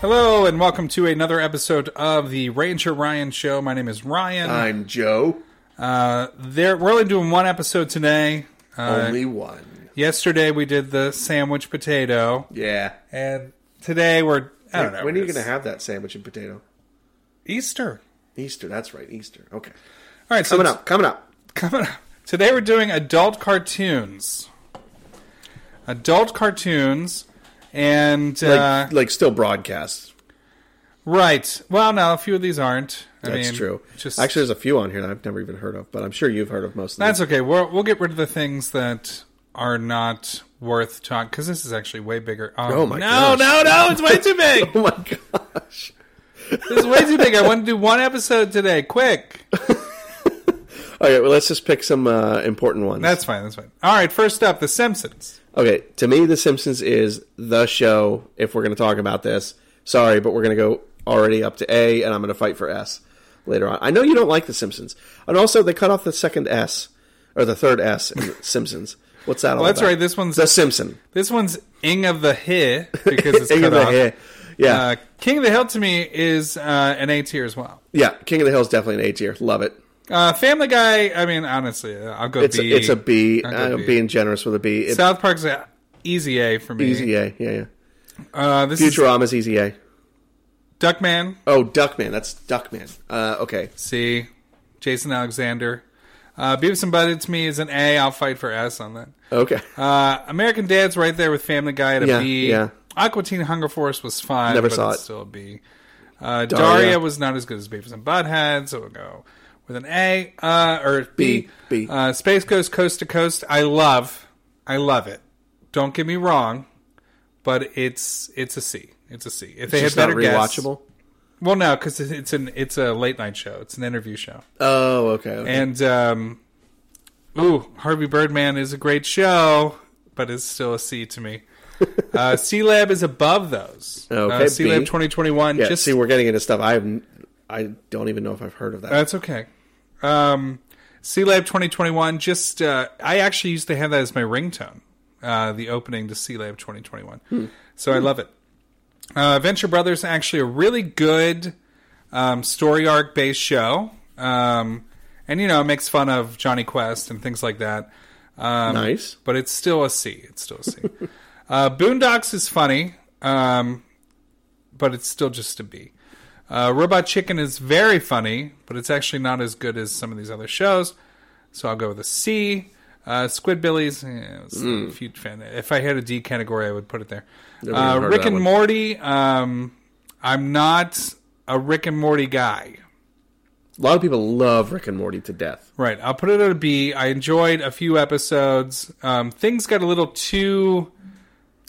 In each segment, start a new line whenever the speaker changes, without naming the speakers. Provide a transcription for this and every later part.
Hello and welcome to another episode of the Ranger Ryan Show. My name is Ryan.
I'm Joe.
Uh, there, we're only doing one episode today. Uh,
Only one.
yesterday we did the sandwich potato,
Yeah.
and today we're I don't know
when are you
it's
going to have that sandwich and potato?
Easter.
Easter. That's right. Easter. Okay.
All right, so
Coming
t-
up. Coming up.
coming up. Today we're doing adult cartoons. Adult cartoons, and
Like,
uh,
like still broadcast.
right. Well, no, a few of these aren't. I
That's
mean,
true.
Just
Actually, there's a few on here that I've never even heard of, but I'm sure you've heard of most of
That's
them.
okay. We'll we'll get rid of the things that are not worth talking because this is actually way bigger. Um,
Oh my
no,
gosh.
no, no! It's way too big.
Oh my gosh.
This is way too big. I want to do one episode today. Quick.
Okay, well, let's just pick some uh, important ones.
That's fine. That's fine. All right. First up, The Simpsons.
okay. To me, The Simpsons is the show. If we're going to talk about this, sorry, but we're going to go already up to A, and I'm going to fight for S later on. I know you don't like The Simpsons, and also they cut off the second S or the third S in Simpsons. What's that all
that's
about?
right, this one's-
The Simpson.
This one's Ing of the Heh because it's
King
cut
of the
off.
Hill. Yeah,
Uh, King of the Hill to me is uh, an A tier as well.
yeah. King of the Hill is definitely an A tier. Love it.
Uh, Family Guy. I mean, honestly, I'll go
It's
B.
a, it's a B.
I'll
I'm
go B.
being generous with a B. It's
South Park's a easy A for me.
easy A. Yeah, yeah.
Uh, this is
Futurama's easy A.
Duckman.
Oh, Duckman. That's Duckman. Uh, okay.
C. Jason Alexander. Uh, Beavis and Butthead to me is an A. I'll fight for S on that.
Okay.
Uh, American Dad's right there with Family Guy at a B.
Yeah, yeah.
Aqua Teen Hunger Force was fine.
Never
but
saw
it's
it.
Still a B. Uh, Daria.
Daria.
was not as good as Beavis and Butthead, so we'll go with an A uh, or B.
B, B.
Uh, Space Ghost Coast to Coast. I love, I love it. Don't get me wrong, but it's it's a C. It's a C. If they
Just
had
not
better guess,
rewatchable.
well, no, because it's an it's a late night show. It's an interview show.
Oh, okay. okay.
And um, ooh, Harvey Birdman is a great show, but is still a C to me. Uh, C Lab is above those.
Okay,
uh, C Lab
B.
2021.
yeah.
just
see, we're getting into stuff. I haven't. I don't even know if I've heard of that.
that's okay. Um, C Lab 2021. Just uh, I actually used to have that as my ringtone. Uh, the opening to C Lab 2021.
Hmm.
So I love it. Uh, Venture Brothers actually a really good um, story arc based show, um, and you know it makes fun of Johnny Quest and things like that. Um,
nice.
but it's still a C. It's still a C. uh, Boondocks is funny, um, but it's still just a B. Uh, Robot Chicken is very funny, but it's actually not as good as some of these other shows, so I'll go with a C. Uh, Squidbillies, eh, it's a huge fan. If I had a D category, I would put it there.
Mm. even
Uh,
heard of
Rick
that
and
one.
Morty, um, I'm not a Rick and Morty guy.
A lot of people love Rick and Morty to death.
Right. I'll put it at a B. I enjoyed a few episodes. Um, things got a little too.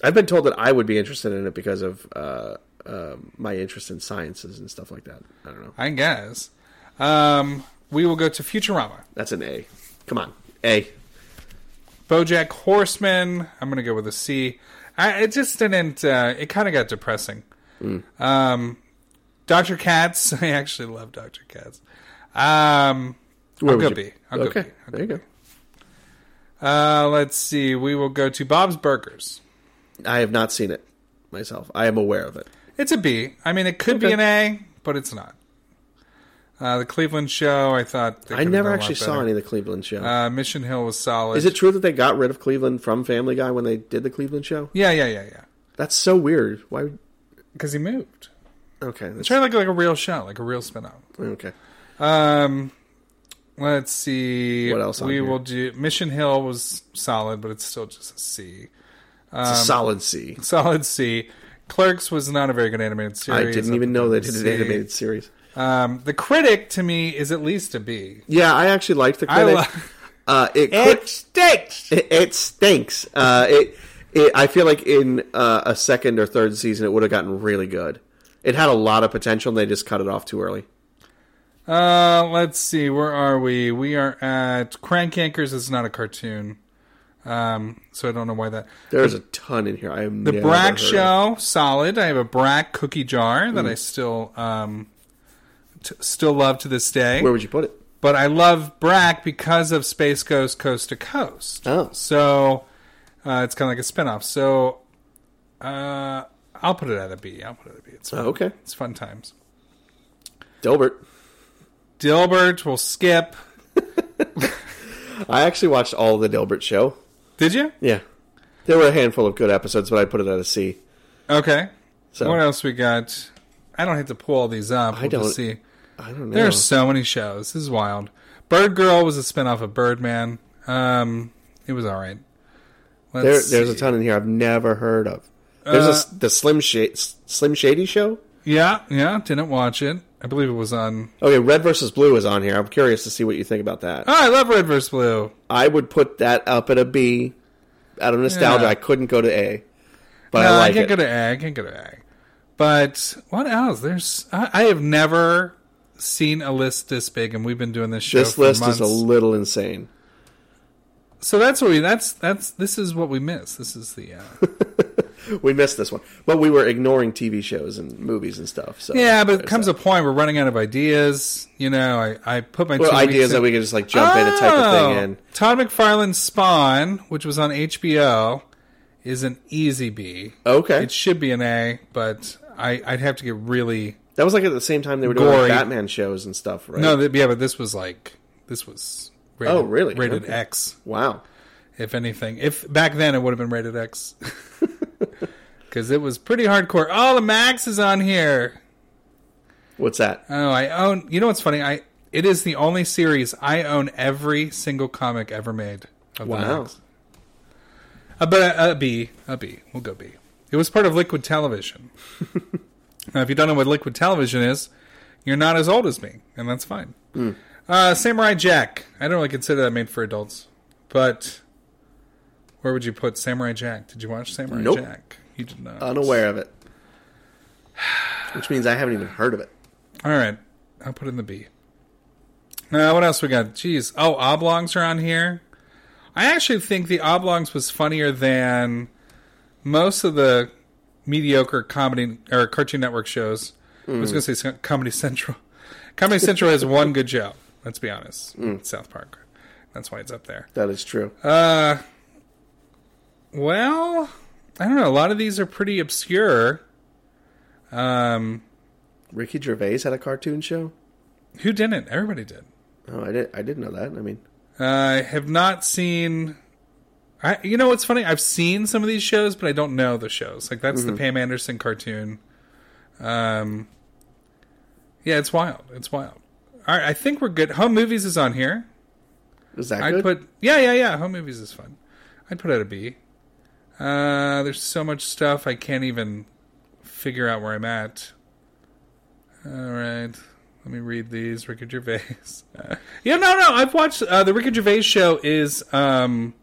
I've been told that I would be interested in it because of uh, um my interest in sciences and stuff like that. I don't know.
I guess. Um, we will go to Futurama.
That's an A. Come on, A.
Bojack Horseman. I'm going to go with a C. I, it just didn't. Uh, it kind of got depressing.
Hmm.
Um, Doctor Katz. I actually love Doctor Katz. Um,
Where
I'll
would
go
you-
B. I'll
okay,
go B.
there you go.
Uh, let's see. We will go to Bob's Burgers.
I have not seen it myself. I am aware of it.
It's a B. I mean, it could be
Okay.
an A, but it's not. Uh, the Cleveland show, I thought. they
I
could have
never
done a lot
actually saw
better.
any of the Cleveland show.
Uh, Mission Hill was solid.
Is it true that they got rid of Cleveland from Family Guy when they did the Cleveland show?
Yeah, yeah, yeah, yeah.
That's so weird. Why? would-
Because he moved.
Okay, that's,
Try like like a real show, like a real spin-off.
okay.
Um, let's see.
What else on
We
here?
will do. Mission Hill was solid, but it's still just a C.
It's a
Um,
solid C.
Solid C. Clerks was not a very good animated
I
series.
didn't even know they did an
C.
animated series.
Um, the critic to me is at least a B.
Yeah, I actually liked the
I
critic.
love-
uh,
It
it, quit-
stinks.
it, it stinks. Uh, it, it. I feel like in uh, a second or third season, it would have gotten really good. It had a lot of potential, and they just cut it off too early.
Uh, let's see. Where are we? We are at Crank Anchors. is not a cartoon. Um, so I don't know why that.
There's a ton in here. I have
The
never
Brack
heard of. Mm.
Show, solid. I have a Brack cookie jar that I still um, t- still love to this day.
Where would you put it?
but I love Brack because of Space Ghost Coast to Coast.
Oh.
So uh, it's kind of like a spinoff. So uh, I'll put it at a B. I'll put it at a B. It's fun.
Oh, okay,
It's fun times.
Dilbert.
Dilbert will skip.
I actually watched all the Dilbert show.
Did you?
Yeah, there were a handful of good episodes, but I put it at a C.
Okay.
So
What else we got? I don't have to pull all these up. We'll
don't-
just see.
I don't know.
There are so many shows. This is wild. Bird Girl was a spinoff of Birdman. Um, it was all right.
There,
Let's
there's a
see. Uh,
ton in here I've never heard of. There's a s the Slim Shady, Slim Shady show.
Yeah, yeah. Didn't watch it. I believe it was on.
Okay, Red versus Blue is on here. I'm curious to see what you think about that.
Oh, I love Red vs. Blue.
I would put that up at a B. Out of nostalgia,
Yeah.
I couldn't go to A, but
No,
I
I,
like
can't
it.
get an A. I can't get an A. But what else? There's. I, I have never seen a list this big, and we've been doing this show.
this
for
list
months.
is a little insane.
So that's what we. That's that's. This is what we miss. This is the. Uh,
We missed this one, but we were ignoring TV shows and movies and stuff. So
Yeah, but it
there's
comes
that.
a point we're running out of ideas. You know, I, I put my
Well,
two
ideas
weeks
that
in-
we could just like jump in and type a
Oh!
thing in.
Todd McFarlane's Spawn, which was on HBO, is an easy B.
Okay,
It should be an A, but I I'd have to get really
that was like at the same time they were doing like,
Gory.
Batman shows and stuff, right?
no. Th- yeah, but this was like this was. Rated,
Oh, really?
Rated
Okay.
X,
wow.
if anything. If back then it would have been rated X, because it was pretty hardcore. Oh, the Max is on here.
What's that?
Oh, I own. You know what's funny? I it is the only series I own every single comic ever made. Of The
Wow.
Max. Uh, but a, a B, a B. We'll go B. It was part of Liquid Television. now, if you don't know what Liquid Television is, you're not as old as me, and that's fine.
Hmm.
Uh, Samurai Jack. I don't really consider that made for adults, but where would you put Samurai Jack? Did you watch Samurai
Nope.
Jack? You did not.
Unaware of it. Which means I haven't even heard of it.
All right, I'll put in the B. Now, what else we got? Jeez, oh, oblongs are on here. I actually think the oblongs was funnier than most of the mediocre comedy or Cartoon Network shows. I was going to say Comedy Central. Comedy Central has one good show. Let's be honest, South Park. That's why it's up there.
That is true.
Uh, Well, I don't know. A lot of these are pretty obscure.
Ricky Gervais had a cartoon show.
Who didn't? Everybody did.
Oh, I did. I didn't know that. I mean,
I have not seen. I, you know what's funny? I've seen some of these shows, but I don't know the shows. Like that's the Pam Anderson cartoon. Um, yeah, it's wild. It's wild. All right, I think we're good. Home movies is on here.
was that
I'd
good?
put yeah, yeah, yeah. Home movies is fun. I'd put out a B. Uh, there's so much stuff I can't even figure out where I'm at. All right, let me read these. Ricky Gervais. yeah, no, no. I've watched uh, the Ricky Gervais show. Is um,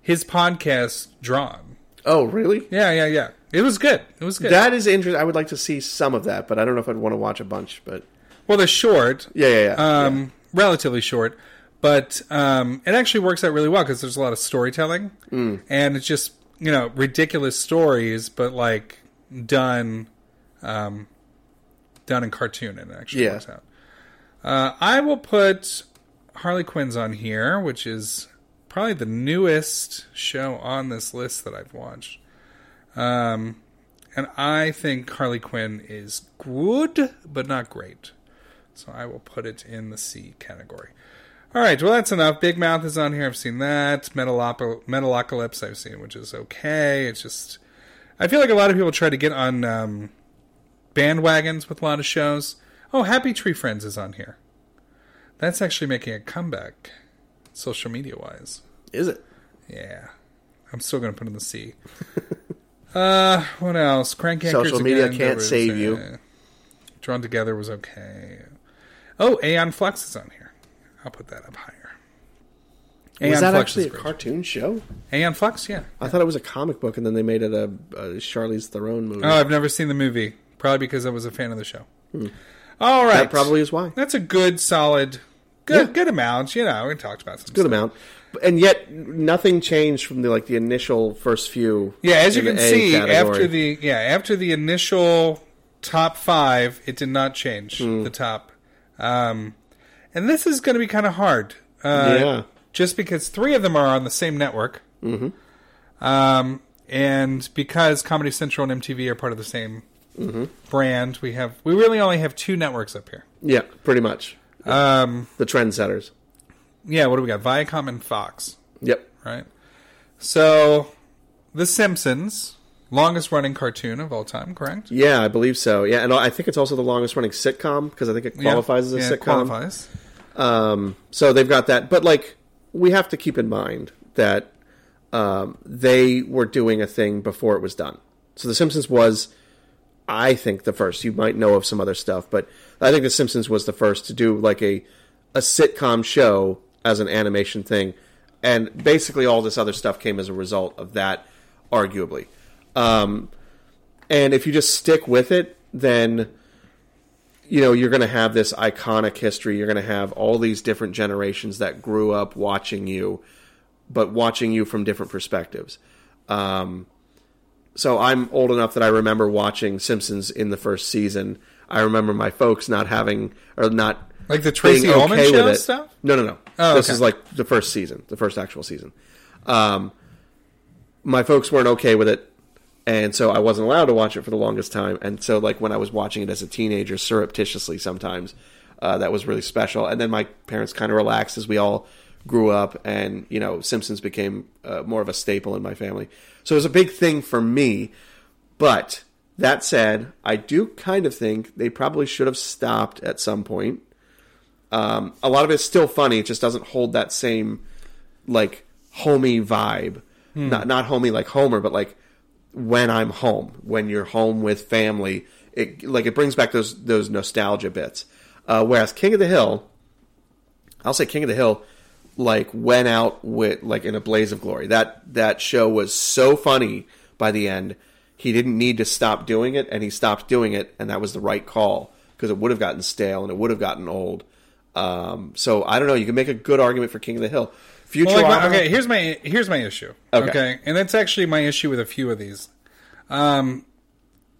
his podcast drawn?
oh, really?
Yeah, yeah, yeah. It was good. It was good.
That is interesting. I would like to see some of that, but I don't know if I'd want to watch a bunch. But
well, they're short.
yeah, yeah, yeah.
um, relatively short, but um, it actually works out really well because there's a lot of storytelling,
Mm.
and it's just you know ridiculous stories, but like done, um, done in cartoon, and it actually
Yeah.
works out. Uh, I will put Harley Quinn's on here, which is probably the newest show on this list that I've watched. Um, and I think Harley Quinn is good, but not great. So I will put it in the C category. All right, well, that's enough. Big Mouth is on here. I've seen that. Metalopo- Metalocalypse, I've seen, which is okay. It's just. I feel like a lot of people try to get on um, bandwagons with a lot of shows. Oh, Happy Tree Friends is on here. That's actually making a comeback, social media wise.
Is it?
Yeah, I'm still gonna put it in the C. uh, what else? Crank Anchors
Social media
again,
can't
was,
save
uh,
you.
Drawn Together was okay. Oh, Aeon Flux is on here. I'll put that up higher. Aeon
Was that
Flux
actually a
is great.
cartoon show?
Aeon Flux? Yeah.
I thought it was a comic book, and then they made it a, a Charlie's Theron movie.
Oh, I've never seen the movie. Probably because I was a fan of the show. All right.
Hmm. that probably is why.
That's a good, solid, good,
Yeah.
good amount. You know, we talked about some
Good
stuff.
amount, and yet nothing changed from the like the initial first few.
Yeah, as you
in the
can
A
see,
category.
after the yeah after the initial top five, it did not change
Hmm.
the top. Um, and this is going to be kind of hard, uh,
yeah,
just because three of them are on the same network,
Mm-hmm.
um, and because Comedy Central and MTV are part of the same
Mm-hmm.
brand, we have we really only have two networks up here.
yeah, pretty much
Um,
the trendsetters.
yeah, what do we got? Viacom and Fox.
Yep,
right? So, The Simpsons, longest running cartoon of all time, correct?
yeah, I believe so. Yeah, and I think it's also the longest running sitcom because I think it qualifies
Yeah,
as a
yeah, It
sitcom.
qualifies.
Um, so they've got that, but like we have to keep in mind that um, they were doing a thing before it was done. So The Simpsons was, I think, the first. You might know of some other stuff, but I think The Simpsons was the first to do like a a sitcom show as an animation thing, and basically all this other stuff came as a result of that, arguably. Um, and if you just stick with it, then you know you're going to have this iconic history you're going to have all these different generations that grew up watching you but watching you from different perspectives um, so i'm old enough that i remember watching simpsons in the first season i remember my folks not having or not
Like the Tracy
being
Ullman show
it.
stuff?
no no no
Oh,
this
okay.
is like the first season the first actual season um, my folks weren't okay with it and so I wasn't allowed to watch it for the longest time. And so, like when I was watching it as a teenager, surreptitiously sometimes, uh, that was really special. And then my parents kind of relaxed as we all grew up, and you know, Simpsons became uh, more of a staple in my family. So it was a big thing for me. But that said, I do kind of think they probably should have stopped at some point. Um, a lot of it's still funny; it just doesn't hold that same like homey vibe. Not not homey like Homer, but like when I'm home, when you're home with family, it like it brings back those those nostalgia bits. Uh, whereas King of the Hill, I'll say King of the Hill, like went out with like in a blaze of glory. That that show was so funny by the end. He didn't need to stop doing it, and he stopped doing it, and that was the right call because it would have gotten stale and it would have gotten old. Um, so I don't know. You can make a good argument for King of the Hill. Future,
Well, like, my- okay, here's my here's my issue.
Okay.
Okay. and that's actually my issue with a few of these. Um,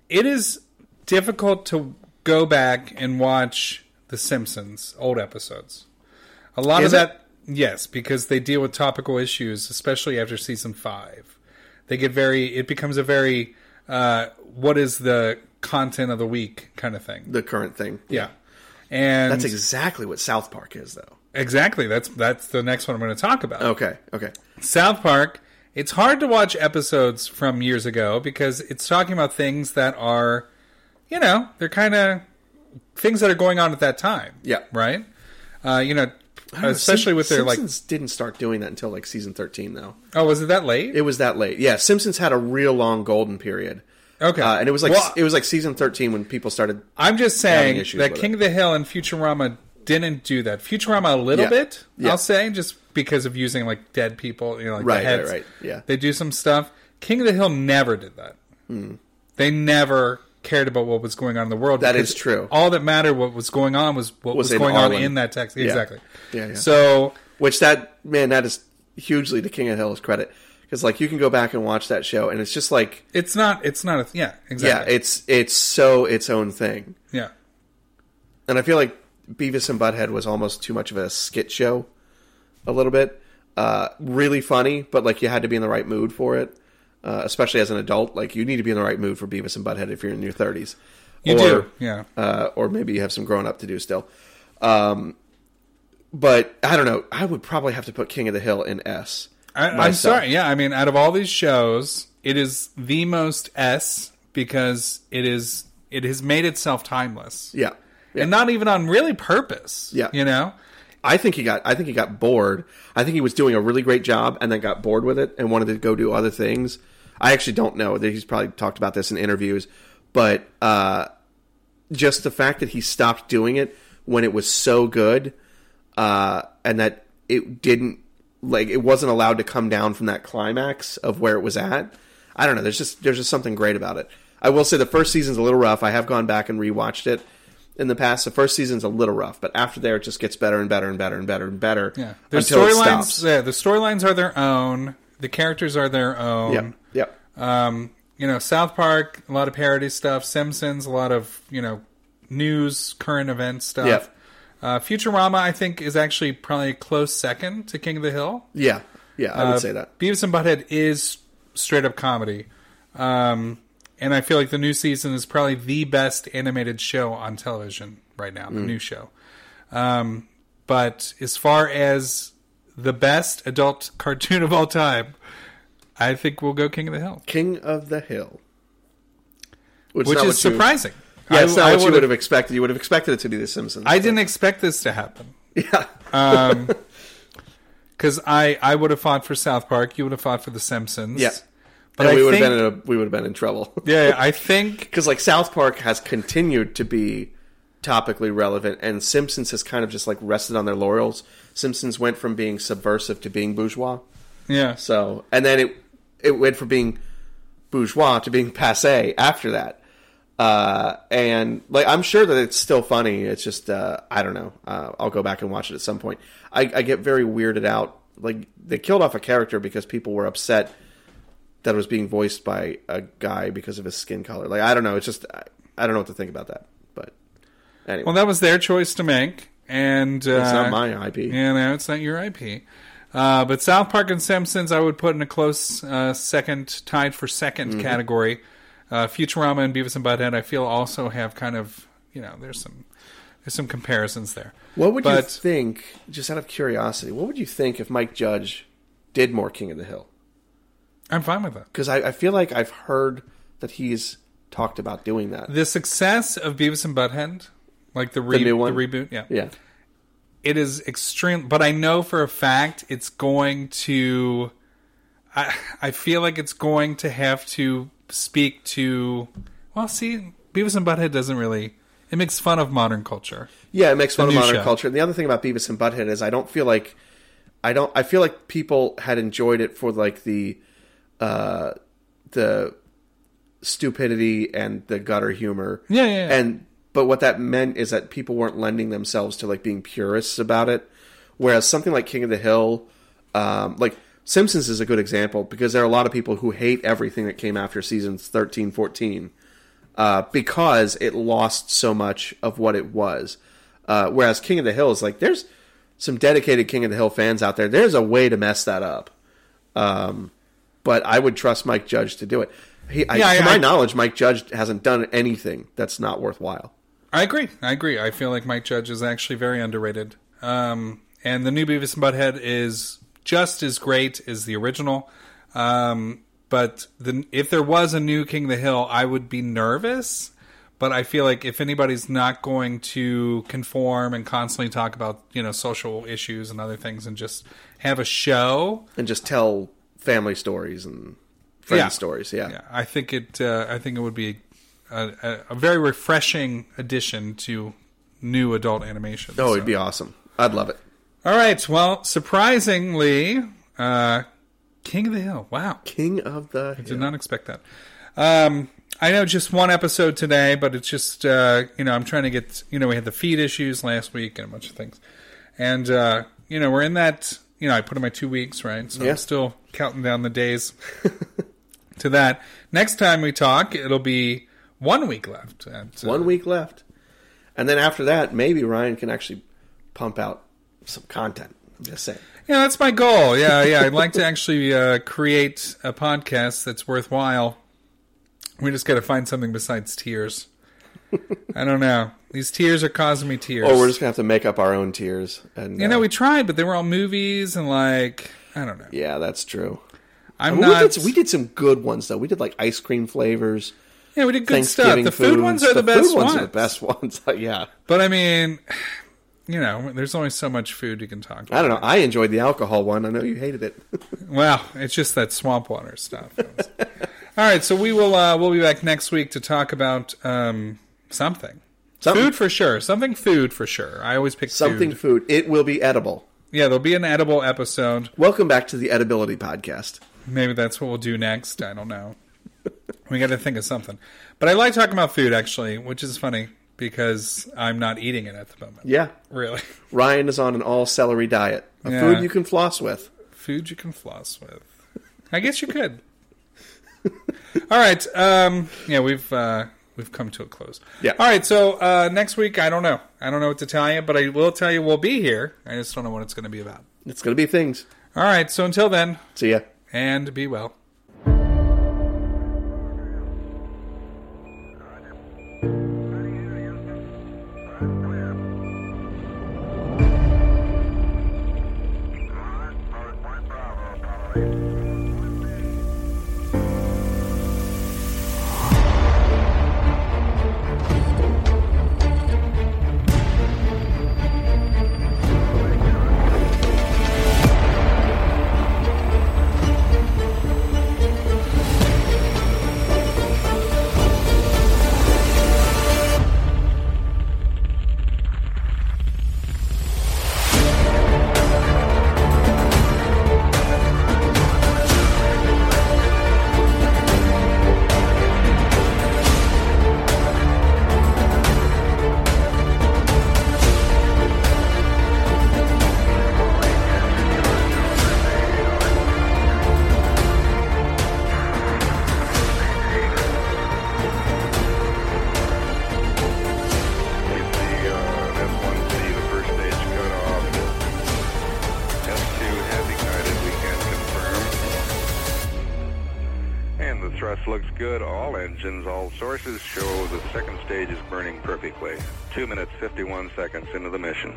it is difficult to go back and watch The Simpsons old episodes. A lot
Is
of
it?
that, yes, because they deal with topical issues, especially after season five. They get very. It becomes a very uh, what is the content of the week kind of thing.
the current thing.
Yeah. And
That's exactly what South Park is, though.
exactly that's that's the next one I'm going to talk about.
Okay, okay.
South Park. It's hard to watch episodes from years ago because it's talking about things that are, you know, they're kind of things that are going on at that time.
Yeah.
Right. Uh, you know, especially with their like.
Simpsons didn't start doing that until like season thirteen, though.
Oh, was it that late?
It was that late. Yeah, Simpsons had a real long golden period.
Okay.
Uh, and it was like
Well-
it was like season thirteen when people started.
I'm just
having
saying
issues
that
with
King
it.
of the Hill and Futurama didn't do that. Futurama a little
Yeah.
bit,
Yeah.
I'll say, just because of using like dead people, you know, like
Right,
the
right,
heads.
right. Yeah.
they do some stuff. King of the Hill never did that. They never cared about what was going on in the world.
Hmm. That
because
is true.
All that mattered what was going on was what
Was
was,
in
going on
Ireland.
in that text. Exactly.
Yeah, yeah.
So
Which that man, that is hugely to King of Hill's credit because like you can go back and watch that show, and it's just like
it's not. It's not a. yeah.
yeah,
Exactly.
it's it's so its own thing.
yeah.
and I feel like Beavis and Butthead was almost too much of a skit show, a little bit. Uh, really funny, but like you had to be in the right mood for it. Uh, especially as an adult, like you need to be in the right mood for Beavis and Butthead if you're in your 30s.
You do, yeah.
Uh, or maybe you have some growing up to do still. Um, but I don't know. I would probably have to put King of the Hill in S.
I, I'm
myself.
sorry. Yeah, I mean, out of all these shows, it is the most S because it is it has made itself timeless.
Yeah. Yeah.
and not even on really purpose.
Yeah.
you know.
I think he got. I think he got bored. I think he was doing a really great job, and then got bored with it and wanted to go do other things. I actually don't know. He's probably talked about this in interviews, but uh, just the fact that he stopped doing it when it was so good, uh, and that it didn't like it wasn't allowed to come down from that climax of where it was at. I don't know. There's just there's just something great about it. I will say the first season's a little rough. I have gone back and rewatched it in the past. The first season's a little rough, but after there, it just gets better and better and better and better and better
Yeah, the
until it
storylines. um,
stops.
Yeah, the storylines are their own. The characters are their own.
Yep, yep.
Um, you know, South Park, a lot of parody stuff. Simpsons, a lot of you know, news, current event stuff.
Yep.
Uh, Futurama, I think, is actually probably a close second to King of the Hill.
Yeah, yeah. I
uh,
would say that.
Beavis and Butthead is straight up comedy. Um, and I feel like the new season is probably the best animated show on television right now,
Mm.
the new show. Um, but as far as the best adult cartoon of all time, I think we'll go King of the Hill,
King of the Hill,
which
is not
is
what you-
surprising.
Yeah, it's not what you
would've-
would have expected. You would have expected it to be The Simpsons.
I didn't expect this to happen.
Yeah.
Because I, I would have fought for South Park. You would have fought for The Simpsons.
Yeah.
But
and
I
we would
think,
have been in a, we would have been in trouble
yeah, I think
because like South Park has continued to be topically relevant, and Simpsons has kind of just like rested on their laurels. Simpsons went from being subversive to being bourgeois.
yeah.
So, and then it it went from being bourgeois to being passe after that. Uh, and like I'm sure that it's still funny. It's just uh, I don't know. Uh, I'll go back and watch it at some point. I, I get very weirded out. Like they killed off a character because people were upset that it was being voiced by a guy because of his skin color. Like I don't know. It's just I, I don't know what to think about that. But anyway,
Well, that was their choice to make, and uh,
it's not my IP.
You know, it's not your IP. Uh, but South Park and Simpsons, I would put in a close uh, second, tied for 2nd
Mm-hmm.
category. Uh, Futurama and Beavis and Butthead, I feel, also have kind of you know, there's some there's some comparisons there.
What would you
but
think, just out of curiosity, what would you think if Mike Judge did more King of the Hill?
I'm fine with that.
Because I, I feel like I've heard that he's talked about doing that.
The success of Beavis and Butthead, like the, re-
The new one?
the reboot, yeah,
Yeah.
it is extreme but i know for a fact it's going to i i feel like it's going to have to speak to well see beavis and butthead doesn't really it makes fun of modern culture
Yeah, it makes fun of
new
modern
show.
culture. And the other thing about Beavis and Butthead is I don't feel like I don't I feel like people had enjoyed it for like the uh the stupidity and the gutter humor.
Yeah, yeah, yeah.
And but what that meant is that people weren't lending themselves to like being purists about it. Whereas something like King of the Hill, um, like Simpsons is a good example because there are a lot of people who hate everything that came after seasons 13, 14 uh, because it lost so much of what it was. Uh, whereas King of the Hill is like, there's some dedicated King of the Hill fans out there. There's a way to mess that up. Um, but I would trust Mike Judge to do it. He, I,
Yeah, I-
to my
I-
knowledge, Mike Judge hasn't done anything that's not worthwhile.
i agree i agree i feel like mike judge is actually very underrated um and the new beavis and butthead is just as great as the original um but the, if there was a new king of the hill i would be nervous but I feel like if anybody's not going to conform and constantly talk about you know social issues and other things and just have a show,
And just tell family stories and friend stories. Yeah.
yeah, I think it. Uh, I think it would be a, a, a very refreshing addition to new adult animation.
Oh,
So-
it'd be awesome. I'd love it.
all right. Well, surprisingly, uh, King of the Hill. Wow,
King of the
Did
Hill.
not expect that. Um, I know just one episode today, but it's just uh, you know I'm trying to get you know we had the feed issues last week and a bunch of things, and uh, you know we're in that you know I put in my two weeks right, so
Yeah.
I'm still counting down the days to that. Next time we talk, it'll be one week left. At, uh,
One week left. And then after that, maybe Ryan can actually pump out some content. I'm just saying.
Yeah, that's my goal. Yeah, yeah. I'd like to actually uh, create a podcast that's worthwhile. We just got to find something besides tears. I don't know. These tears are causing me tears.
Or Oh, we're just gonna have to make up our own tiers. And
you know,
uh,
we tried, but they were all movies and like I don't know.
yeah, that's true.
I'm
We
not.
did, we did some good ones though. We did like ice cream flavors,
yeah, we did good stuff.
Thanksgiving
The food
foods.
ones are the,
food
best
ones
ones.
are the best ones. yeah,
But I mean, you know, there's only so much food you can talk. about.
I don't know. I enjoyed the alcohol one. I know you hated it.
Well, it's just that swamp water stuff. All right, so we will uh, we'll be back next week to talk about um, something.
Something-
Food for sure. Something food for sure. I always pick
Something
Food.
food. It will be edible.
Yeah, there'll be an edible episode.
Welcome back to the Edibility Podcast.
Maybe that's what we'll do next. I don't know. we got to think of something. But I like talking about food actually, which is funny because I'm not eating it at the moment.
Yeah,
Really.
Ryan is on an all celery diet, a
Yeah.
food you can floss with.
Food you can floss with. I guess you could. All right. Um, yeah, we've uh, we've come to a close.
Yeah.
All right. So uh, next week, I don't know. I don't know what to tell you, but I will tell you we'll be here. I just don't know what it's going to be about.
It's gonna be things.
All right. So until then,
See ya.
and be well.
Get the uh, F1C, the first stage cut off. F2 has ignited, we can confirm. And the thrust looks good. All engines, all sources show the second stage is burning perfectly. 2 minutes 51 seconds into the mission.